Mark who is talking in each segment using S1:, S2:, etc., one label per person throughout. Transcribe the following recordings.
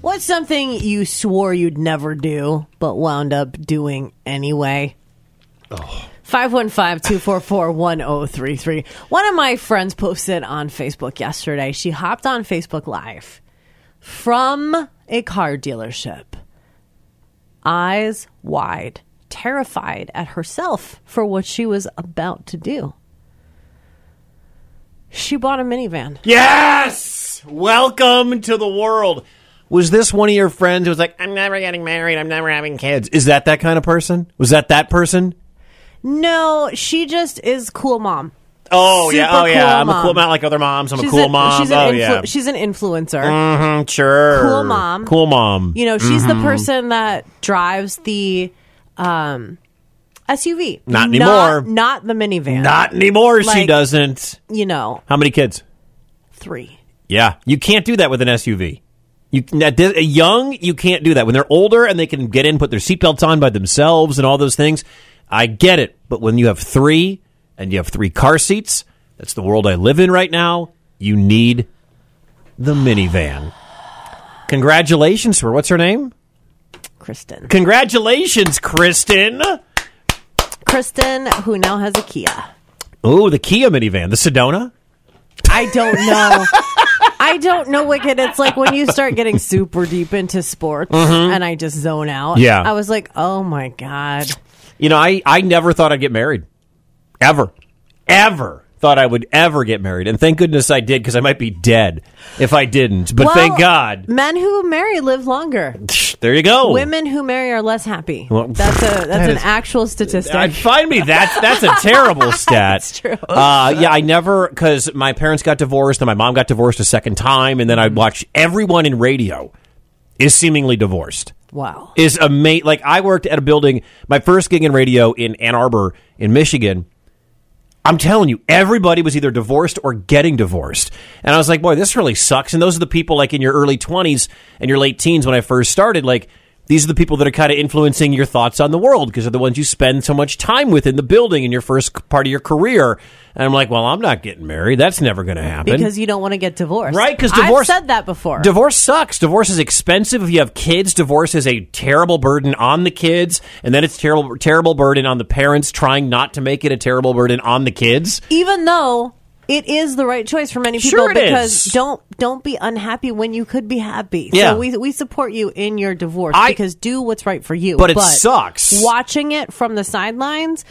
S1: What's something you swore you'd never do but wound up doing anyway? 515-244-1033. One of my friends posted on Facebook yesterday. She hopped on Facebook Live from a car dealership. Eyes wide, terrified at herself for what she was about to do. She bought a minivan.
S2: Yes! Welcome to the world. Was this one of your friends who was like, I'm never getting married, I'm never having kids? Is that that kind of person? Was that that person?
S1: No, she just is cool mom.
S2: Oh,
S1: Super
S2: yeah, oh, yeah.
S1: cool
S2: I'm a cool,
S1: mom.
S2: not like other moms. I'm a cool
S1: an,
S2: mom.
S1: She's an,
S2: oh,
S1: influ-
S2: yeah.
S1: she's an influencer.
S2: Mhm, sure.
S1: Cool mom.
S2: Cool mom.
S1: You know, she's
S2: Mm-hmm.
S1: the person that drives the um, SUV.
S2: Not anymore.
S1: Not, not the minivan.
S2: Not anymore, she
S1: Like-
S2: doesn't.
S1: you know,
S2: How many kids?
S1: three.
S2: Yeah. You can't do that with an SUV. You that di- young, you can't do that. When they're older and they can get in, put their seatbelts on by themselves and all those things, I get it. But when you have three and you have three car seats, that's the world I live in right now. You need the minivan. Congratulations to her. What's her name?
S1: Kristen.
S2: Congratulations, Kristen.
S1: Kristen, who now has a Kia.
S2: Oh, the Kia minivan, the Sedona.
S1: I don't know. I don't know, Wicked. It's like when you start getting super deep into sports and I just zone out.
S2: Mm-hmm. Yeah.
S1: I was like, oh my God.
S2: You know, I, I never thought I'd get married. Ever. Ever thought I would ever get married. And thank goodness I did because I might be dead if I didn't. But
S1: Well,
S2: thank God.
S1: Men who marry live longer.
S2: There you go.
S1: Women who marry are less happy.
S2: Well,
S1: that's a that's
S2: that
S1: an
S2: is-
S1: actual statistic.
S2: I find me that's that's a terrible stat.
S1: It's true.
S2: Uh, yeah, I never because my parents got divorced and my mom got divorced a second time, and then I'd watch everyone in radio is seemingly divorced.
S1: wow.
S2: is amazing. Like I worked at a building, my first gig in radio in Ann Arbor in Michigan. I'm telling you, everybody was either divorced or getting divorced. And I was like, boy, this really sucks. And those are the people like in your early 20s and your late teens when I first started, like these are the people that are kind of influencing your thoughts on the world because they're the ones you spend so much time with in the building in your first part of your career. And I'm like, well, I'm not getting married. That's never going to happen.
S1: because you don't want to get divorced,
S2: Right, 'cause
S1: I've
S2: divorce-
S1: said that before.
S2: Divorce sucks. Divorce is expensive. If you have kids, divorce is a terrible burden on the kids, and then it's terrible terrible burden on the parents trying not to make it a terrible burden on the kids.
S1: Even though it is the right choice for many people,
S2: Sure it
S1: because
S2: is.
S1: don't don't be unhappy when you could be happy.
S2: Yeah.
S1: So we we support you in your divorce
S2: I-
S1: because do what's right for you.
S2: But it sucks.
S1: Watching it from the sidelines,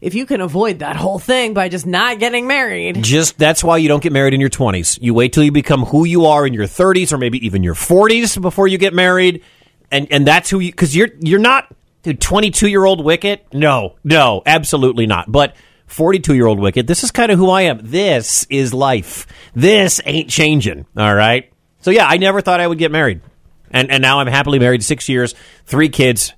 S1: if you can avoid that whole thing by just not getting married,
S2: Just that's why you don't get married in your 20s. You wait till you become who you are in your 30s or maybe even your 40s before you get married. And and that's who you cuz you're you're not dude 22-year-old Wicket? No. No, absolutely not. But 42-year-old Wicket, this is kind of who I am. This is life. This ain't changing, all right? So yeah, I never thought I would get married. And and now I'm happily married 6 years, 3 kids.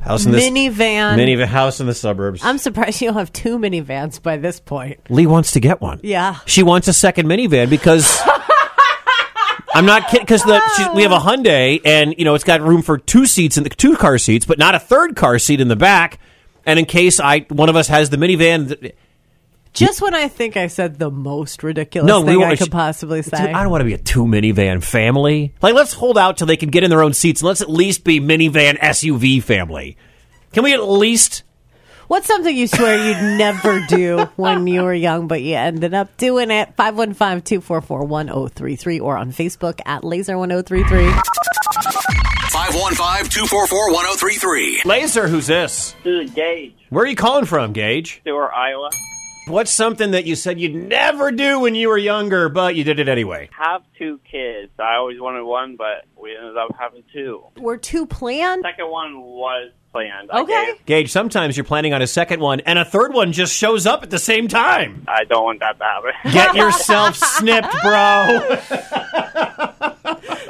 S2: House in this
S1: minivan.
S2: mini house in the suburbs.
S1: I'm surprised you'll have two minivans by this point.
S2: Lee wants to get one.
S1: Yeah.
S2: She wants a second minivan because I'm not kidding. Because we have a Hyundai, and you know it's got room for two seats in the two car seats, but not a third car seat in the back. And in case I one of us has the minivan, th-
S1: Just when I think I said the most ridiculous
S2: no, we
S1: thing
S2: won't-
S1: I could possibly
S2: Dude,
S1: say.
S2: I don't want to be a two minivan family. Like, let's hold out till they can get in their own seats, and let's at least be minivan SUV family. Can we at least?
S1: What's something you swear you'd never do when you were young, but you ended up doing it? 515 244 1033 or on Facebook at laser1033.
S3: 515-244-1033.
S2: Laser, who's this?
S4: This is Gage,
S2: Where are you calling from, Gage?
S4: Stewart, Iowa.
S2: What's something that you said you'd never do when you were younger, but you did it anyway?
S4: Have two kids. I always wanted one, but we ended up having two.
S1: We're too planned.
S4: Second one was planned. I,
S1: Okay.
S4: gave-
S2: Gage, sometimes you're planning on a second one, and a third one just shows up at the same time.
S4: I don't want that to happen.
S2: Get yourself snipped, bro.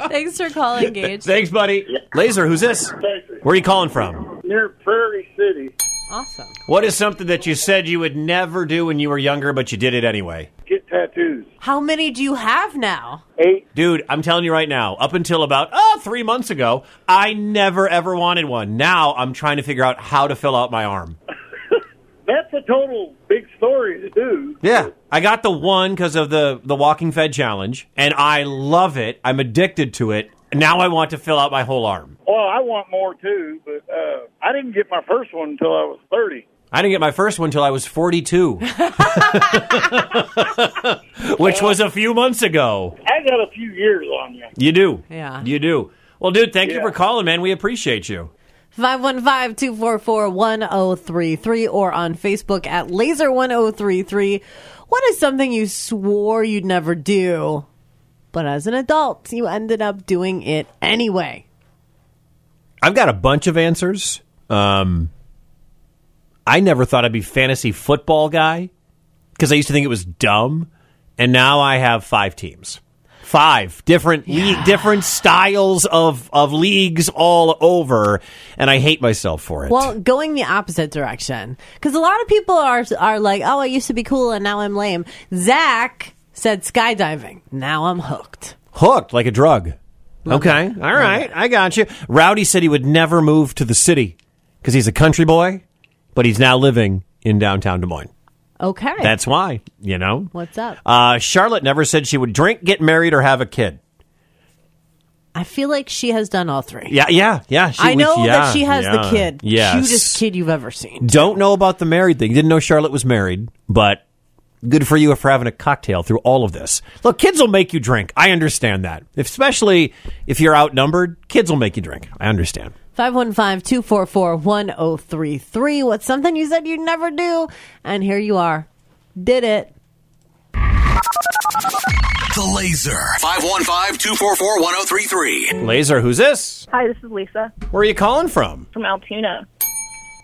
S1: Thanks for calling, Gage.
S2: Thanks, buddy. Laser, who's this? Where are you calling from?
S5: near Prairie City.
S1: Awesome.
S2: What is something that you said you would never do when you were younger, but you did it anyway?
S5: Get tattoos.
S1: How many do you have now?
S5: Eight.
S2: Dude, I'm telling you right now, up until about oh, three months ago, I never ever wanted one. Now I'm trying to figure out how to fill out my arm.
S5: That's a total big story to do.
S2: Yeah, I got the one because of the the Walking Fed challenge, and I love it. I'm addicted to it. Now I want to fill out my whole arm.
S5: Well, I want more too, but uh, I didn't get my first one until I was thirty.
S2: I didn't get my first one till I was 42, which was a few months ago.
S5: I got a few years on you.
S2: You do.
S1: Yeah.
S2: You do. Well, dude, thank you
S5: Yeah.
S2: for calling, man. We appreciate you.
S1: 515-244-1033 or on Facebook at laser1033. What is something you swore you'd never do, but as an adult, you ended up doing it anyway?
S2: I've got a bunch of answers. Um, I never thought I'd be fantasy football guy because I used to think it was dumb, and now I have five teams, five different league, different styles of of leagues all over, and I hate myself for it.
S1: Well, going the opposite direction. Because a lot of people are, are like, oh, I used to be cool and now I'm lame. Zach said skydiving. Now I'm hooked.
S2: Hooked like a drug. Okay, all right, I got you. Rowdy said he would never move to the city because he's a country boy, but he's now living in downtown Des Moines.
S1: Okay.
S2: That's why, you know.
S1: What's up?
S2: Uh, Charlotte never said she would drink, get married, or have a kid.
S1: I feel like she has done all three.
S2: Yeah, yeah, yeah. She
S1: I
S2: was-
S1: know
S2: yeah,
S1: that she has the
S2: yeah,
S1: kid.
S2: Yes.
S1: Cutest kid you've ever seen.
S2: Don't know about the married thing. Didn't know Charlotte was married, but good for you for having a cocktail through all of this. Look, kids will make you drink. I understand that, especially if you're outnumbered. Kids will make you drink. I understand.
S1: 515-244-1033. What's something you said you'd never do? And here you are. Did it.
S3: The Laser. 515 244 1033.
S2: Laser, who's this?
S6: Hi, this is Lisa
S2: Where are you calling from?
S6: from Altoona.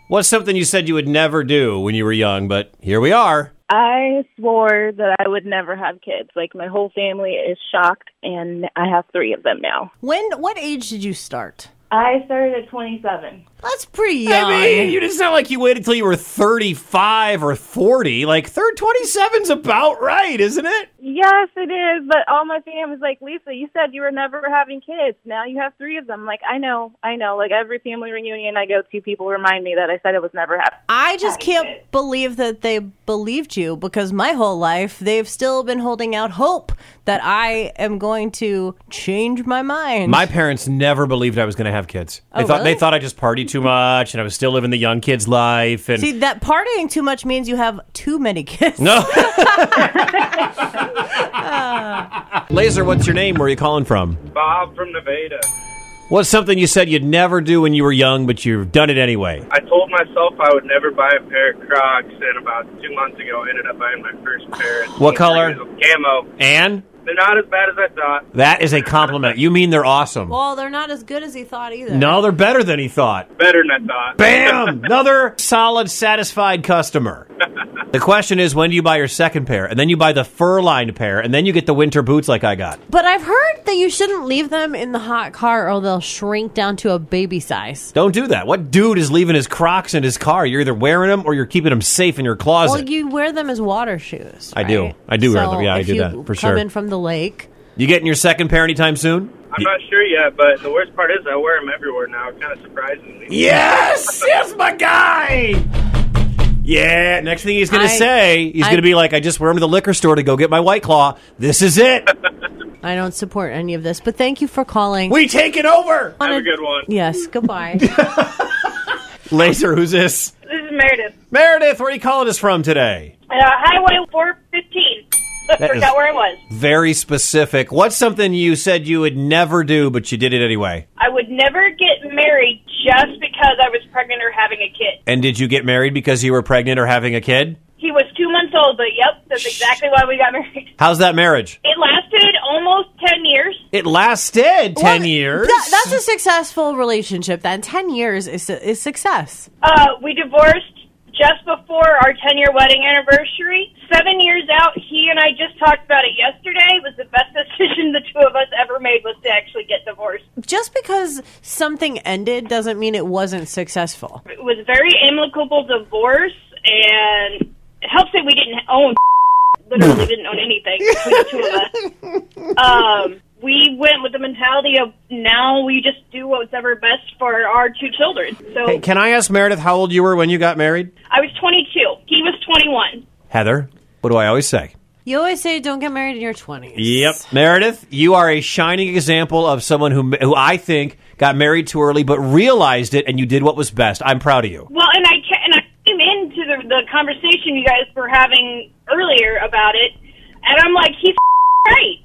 S2: What's something you said you would never do when you were young, but here we are.
S6: I swore that I would never have kids. Like my whole family is shocked, and I have three of them now.
S1: When what age did you start?
S6: I started at 27.
S1: That's pretty young.
S2: I mean, you just sound like you waited till you were 35 or 40. Like, third 27's about right, isn't it?
S6: Yes, it is. But all my family was like, Lisa, you said you were never having kids. Now you have three of them. I'm like I know, I know. Like every family reunion I go to, people remind me that I said I was never having.
S1: I just can't believe that they believed you because my whole life they've still been holding out hope that I am going to change my mind.
S2: My parents never believed I was going to have kids. they
S1: Oh,
S2: thought they
S1: really?
S2: thought I just partied too much and I was still living the young kid's life and
S1: See, that partying too much means you have too many kids.
S2: No. Laser, what's your name? Where are you calling from?
S5: Bob from Nevada.
S2: What's something you said you'd never do when you were young, but you've done it anyway?
S5: I told myself I would never buy a pair of Crocs, and about two months ago, I ended up buying my first pair. It's
S2: What color?
S5: Camo.
S2: Anne,
S5: They're not as bad as I thought.
S2: that is a compliment. You mean they're awesome.
S1: Well, they're not as good as he thought either.
S2: No, they're better than he thought.
S5: Better than I thought.
S2: Bam! Another solid, satisfied customer. The question is, when do you buy your second pair? And then you buy the fur lined pair, and then you get the winter boots like I got.
S1: But I've heard that you shouldn't leave them in the hot car or they'll shrink down to a baby size.
S2: Don't do that. What dude is leaving his Crocs in his car? You're either wearing them or you're keeping them safe in your
S1: Well,
S2: closet.
S1: you wear them as water shoes.
S2: I do.
S1: right?
S2: I do wear
S1: So
S2: them. Yeah, I
S1: if
S2: do
S1: you
S2: that,
S1: come
S2: for sure.
S1: in from the lake.
S2: you getting your second pair anytime soon?
S5: I'm not sure yet, but the worst part is I wear them everywhere now. It kind of surprises me.
S2: Yes! Yes, my guy! Yeah, next thing he's going
S1: I-
S2: to say, he's
S1: I-
S2: going to be like, I just wear them to the liquor store to go get my White Claw. This is it.
S1: I don't support any of this, but thank you for calling.
S2: we take it over.
S5: Have a good one.
S1: yes, goodbye.
S2: Laser, who's this?
S6: This is Meredith.
S2: Meredith, where are you calling us from today?
S6: Uh, highway 415.
S2: That forgot is- where
S6: I was.
S2: Very specific. What's something you said you would never do, but you did it anyway?
S6: I would never get married just because I was pregnant or having a kid.
S2: And did you get married because you were pregnant or having a kid?
S6: He was two months old, but yep, that's exactly why we got married.
S2: How's that marriage?
S6: It lasted almost 10 years.
S2: It lasted 10
S1: Well,
S2: years.
S1: that- that's a successful relationship. Then ten years is is success.
S6: Uh, we divorced just before our 10 year wedding anniversary. Seven years out, he and I just talked about it yesterday. It was the best decision the two of us ever made was to actually get divorced.
S1: Just because something ended doesn't mean it wasn't successful.
S6: It was a very amicable divorce, and it helps that we didn't own literally didn't own anything between the two of us. Um, we went with the mentality of now we just do what's ever best for our two children. So
S2: Hey, can I ask Meredith how old you were when you got married?
S6: I was 22. He was 21.
S2: Heather, what do I always say?
S1: You always say don't get married in your 20s.
S2: Yep, Meredith, you are a shining example of someone who who I think got married too early, but realized it, and you did what was best. I'm proud of you.
S6: Well, and I ca- and I came into the, the conversation you guys were having earlier about it, and I'm like, he's right.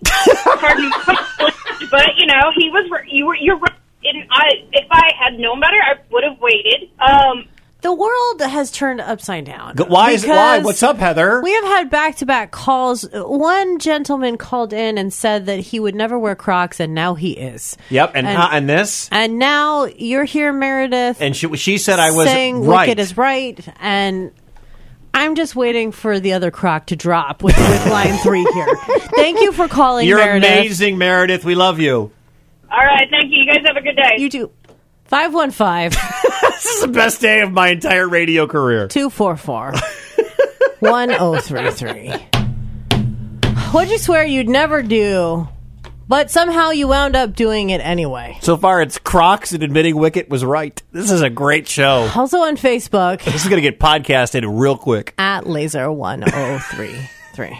S6: Pardon my language, but you know, he was. r- You were. You're right. And I, if I had known better, I would have waited. Um,
S1: The world has turned upside down.
S2: G- Why is why?
S1: Because
S2: What's up, Heather?
S1: We have had back to back calls. One gentleman called in and said that he would never wear Crocs, and now he is.
S2: yep, and
S1: and-
S2: and, and this,
S1: And now you're here, Meredith,
S2: and she she said I was
S1: saying
S2: right.
S1: Wicked is right, and I'm just waiting for the other Croc to drop with, with line three here. Thank you for calling,
S2: You're
S1: Meredith.
S2: amazing, Meredith. We love you.
S6: all right. Thank you. You guys have a good day.
S1: You do. 515
S2: This is the best day of my entire radio career.
S1: 244 1033. What'd you swear you'd never do, but somehow you wound up doing it anyway?
S2: So far, it's Crocs and admitting Wicket was right. This is a great show.
S1: Also on Facebook
S2: This is going to get podcasted real quick.
S1: at laser1033.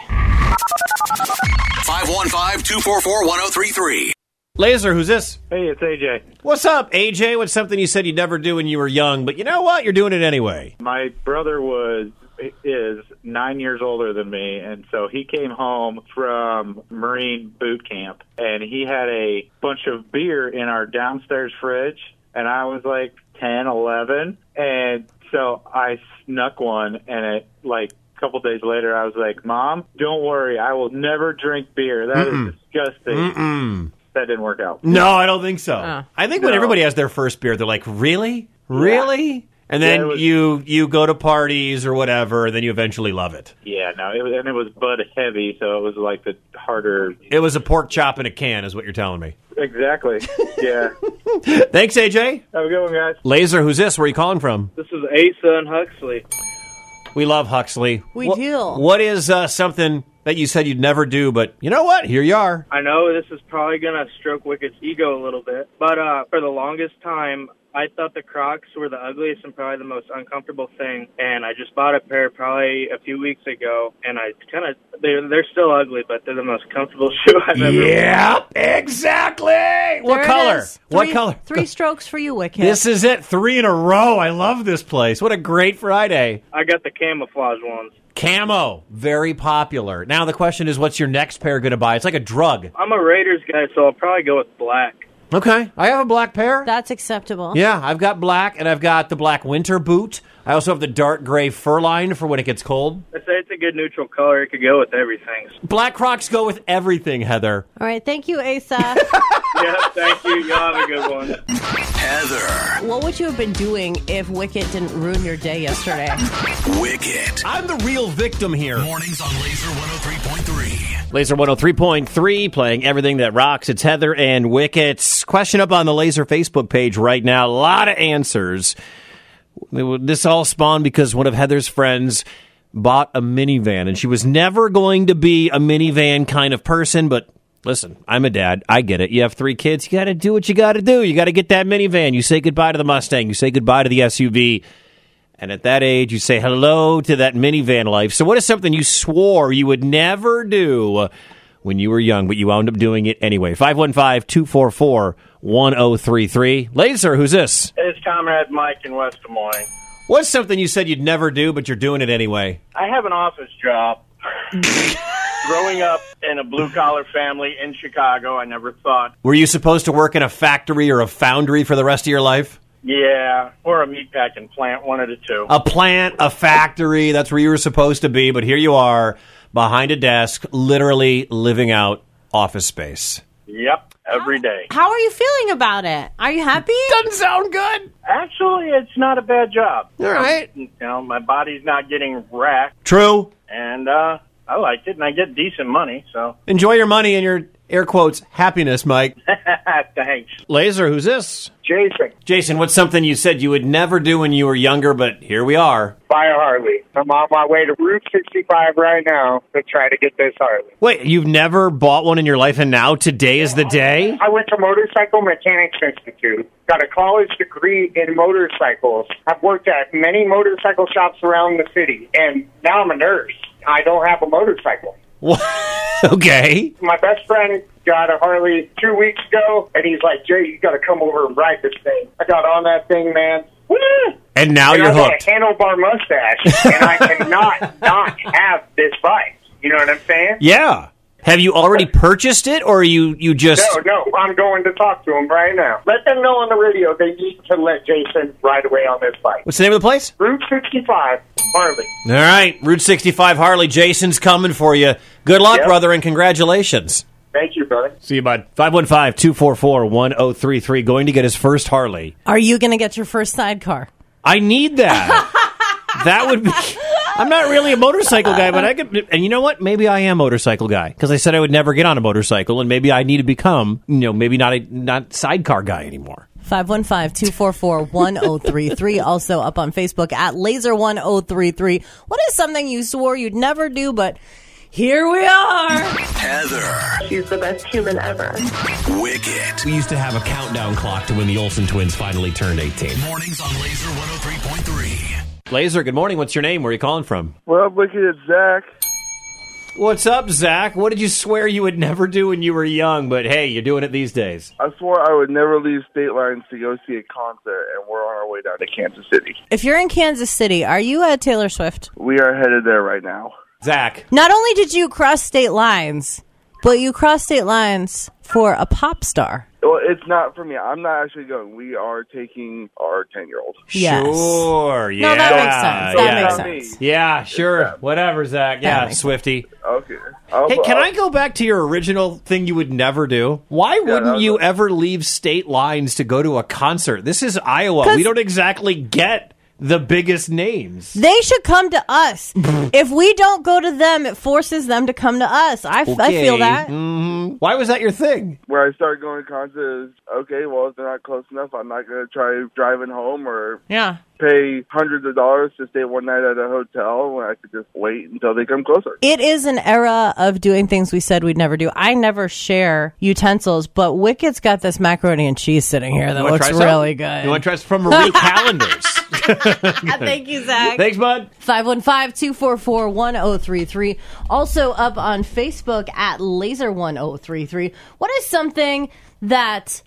S3: 515 244 1033.
S2: Laser, who's this?
S5: Hey, it's AJ.
S2: What's up, AJ? What's something you said you'd never do when you were young, but you know what? You're doing it anyway.
S5: My brother was is nine years older than me, and so he came home from Marine boot camp, and he had a bunch of beer in our downstairs fridge, and I was like ten, eleven, and so I snuck one, and it like. A couple days later, I was like, "Mom, don't worry, I will never drink beer. That is disgusting." That didn't work out.
S2: No, I don't think so.
S1: Oh.
S2: I think when
S5: No.
S2: everybody has their first beer, they're like, "Really? Really?" And then
S5: Yeah, it was-
S2: you you go to parties or whatever, and then you eventually love it.
S5: Yeah, no, it was, and it was Bud Heavy, so it was like the harder.
S2: It was a pork chop in a can, is what you're telling me.
S5: Exactly. Yeah.
S2: Thanks, AJ.
S5: Have a good one, guys.
S2: Laser, who's this? Where are you calling from?
S5: This is Asa and Huxley.
S2: We love Huxley.
S1: We
S2: Wha-
S1: do.
S2: What is uh, something that you said you'd never do, but you know what? Here you are.
S7: I know this is probably gonna stroke Wicked's ego a little bit, but uh, for the longest time, I thought the Crocs were the ugliest and probably the most uncomfortable thing. And I just bought a pair probably a few weeks ago, and I kind of they're they're still ugly, but they're the most comfortable shoe I've ever.
S2: Yep, exactly.
S1: There
S2: what
S1: it
S2: color?
S1: is.
S2: what
S1: Three-
S2: color?
S1: Three strokes for you, Wicked.
S2: This is it. Three in a row. I love this place. What a great Friday.
S7: I got the camouflage ones.
S2: Camo, very popular. Now the question is, what's your next pair going to buy? It's like a drug.
S7: I'm a Raiders guy, so I'll probably go with black.
S2: Okay, I have a black pair.
S1: That's acceptable.
S2: yeah, I've got black, and I've got the black winter boot. I also have the dark gray fur line for when it gets cold.
S7: I say it's a good neutral color. It could go with everything.
S2: Black Crocs go with everything, Heather.
S1: All right. Thank you, Asa.
S7: yeah, thank you. Y'all have a good one.
S3: Heather.
S1: what would you have been doing if Wicket didn't ruin your day yesterday?
S3: Wicket.
S2: I'm the real victim here.
S3: Mornings on Laser 103.3.
S2: Laser 103.3 playing everything that rocks. It's Heather and Wickets. Question up on the Laser Facebook page right now. A lot of answers. This all spawned because one of Heather's friends bought a minivan, and she was never going to be a minivan kind of person. But listen, I'm a dad. I get it. You have three kids. You got to do what you got to do. You got to get that minivan. You say goodbye to the Mustang. You say goodbye to the SUV. And at that age, you say hello to that minivan life. So, what is something you swore you would never do when you were young, but you wound up doing it anyway? 515 244 1033. Laser, who's this?
S7: It's Comrade Mike in West Des Moines.
S2: What's something you said you'd never do, but you're doing it anyway?
S7: I have an office job. Growing up in a blue collar family in Chicago, I never thought,
S2: Were you supposed to work in a factory or a foundry for the rest of your life?
S7: yeah, or a meatpacking plant, one of the two.
S2: A plant, a factory, that's where you were supposed to be, but here you are behind a desk, literally living out office space.
S7: Yep, every day.
S1: How are you feeling about it? Are you happy?
S2: Doesn't sound good.
S7: Actually, it's not a bad job.
S2: All right.
S7: You know, my body's not getting racked,
S2: True.
S7: and uh, I like it, and I get decent money, so
S2: Enjoy your money and your air quotes happiness, Mike.
S7: thanks.
S2: Laser, who's this?
S7: Jason,
S2: Jason, what's something you said you would never do when you were younger, but here we are?
S7: buy a Harley. I'm on my way to Route 65 right now to try to get this Harley.
S2: Wait, you've never bought one in your life, and now today is the day?
S7: I went to Motorcycle Mechanics Institute, got a college degree in motorcycles. I've worked at many motorcycle shops around the city, and now I'm a nurse. I don't have a motorcycle.
S2: okay.
S8: My best friend got a Harley two weeks ago, and he's like, Jay, you got to come over and ride this thing. I got on that thing, man. Woo!
S2: And now
S8: And
S2: you're
S8: I got
S2: hooked.
S8: a handlebar mustache, and I cannot not have this bike. You know what I'm saying?
S2: Yeah. Have you already purchased it, or are you you just?
S8: No, no, I'm going to talk to him right now. Let them know on the radio they need to let Jason ride away on this bike.
S2: What's the name of the place?
S8: Route 65, Harley.
S2: All right, Route 65 Harley. Jason's coming for you. Good luck,
S8: Yep.
S2: brother, and congratulations.
S8: Thank you, brother.
S2: See you, bud. 515 244 1033. Going to get his first Harley.
S1: Are you going to get your first sidecar?
S2: I need that. that would be. I'm not really a motorcycle guy, but I could. And you know what? Maybe I am motorcycle guy because I said I would never get on a motorcycle, and maybe I need to become, you know, maybe not a not sidecar guy anymore.
S1: 515-244-1033 also up on facebook at laser1033 what is something you swore you'd never do but here we are
S3: Heather.
S9: She's the best human ever.
S3: Wicket.
S2: We used to have a countdown clock to when the Olsen twins finally turned 18.
S3: Mornings on Laser 103.3.
S2: Laser, good morning. What's your name? Where are you calling from?
S10: Well, Wicked at Zach.
S2: What's up, Zach? What did you swear you would never do when you were young? But hey, you're doing it these days.
S10: I swore I would never leave state lines to go see a concert, and we're on our way down to Kansas City.
S1: if you're in kansas city are you at taylor swift
S10: We are headed there right now.
S2: Zach,
S1: not only did you cross state lines but you crossed state lines for a pop star
S10: Well, it's not for me. I'm not actually going. We are taking our 10 year old.
S1: yes
S2: sure. Yeah.
S1: no that makes sense that
S2: yeah.
S1: makes
S10: Yeah.
S1: sense
S2: Yeah, sure. Whatever, Zach. Yeah,
S1: makes
S2: Swifty.
S10: Okay. I'll,
S2: Hey, can
S10: I'll-
S2: I go back to your original thing you would never do? Why
S10: that
S2: wouldn't
S10: was
S2: you
S10: a-
S2: ever leave state lines to go to a concert? This is Iowa.
S1: 'Cause-
S2: We don't exactly get the biggest names.
S1: They should come to us. if we don't go to them, it forces them to come to us. I, f- I feel
S2: Okay. Mm.
S1: that.
S2: Why was that your thing?
S10: Where I started going to concerts, okay, well, if they're not close enough, I'm not going to try driving home or
S1: Yeah.
S10: pay hundreds of dollars to stay one night at a hotel when I could just wait until they come closer.
S1: It is an era of doing things we said we'd never do. I never share utensils, but Wicket's got this macaroni and cheese sitting here that
S2: You wanna
S1: looks
S2: try some?
S1: really
S2: You want
S1: good.
S2: to try some from Marie Callender's?
S1: Uh, Thank you, Zach.
S2: Thanks, bud.
S1: 515-244-1033. Also up on Facebook at Laser1033. What is something that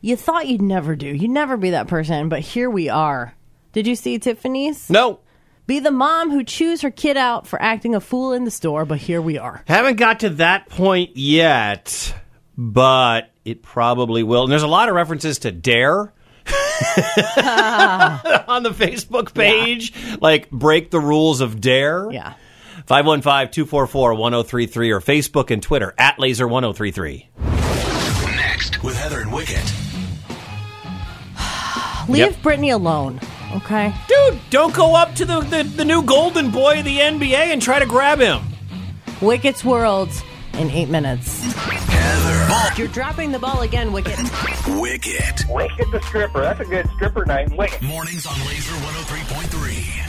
S1: you thought you'd never do? You'd never be that person, but here we are. Did you see Tiffany's?
S2: No,
S1: Be the mom who chews her kid out for acting a fool in the store, but here we are.
S2: haven't got to that point yet, but it probably will. And there's a lot of references to Dare. on the Facebook page, like break the rules of dare.
S1: Yeah.
S2: 515-244-1033 or Facebook and Twitter at laser1033.
S3: Next with Heather and Wicket.
S1: Leave
S2: Yep.
S1: Brittany alone, okay?
S2: Dude, don't go up to the, the, the new golden boy of the NBA and try to grab him.
S1: Wicket's World in eight minutes.
S3: Heather.
S1: You're dropping the ball again, Wicket.
S3: Wicket.
S8: Wicked the stripper. That's a good stripper name. Wicked.
S3: oh Mornings on Laser 103.3.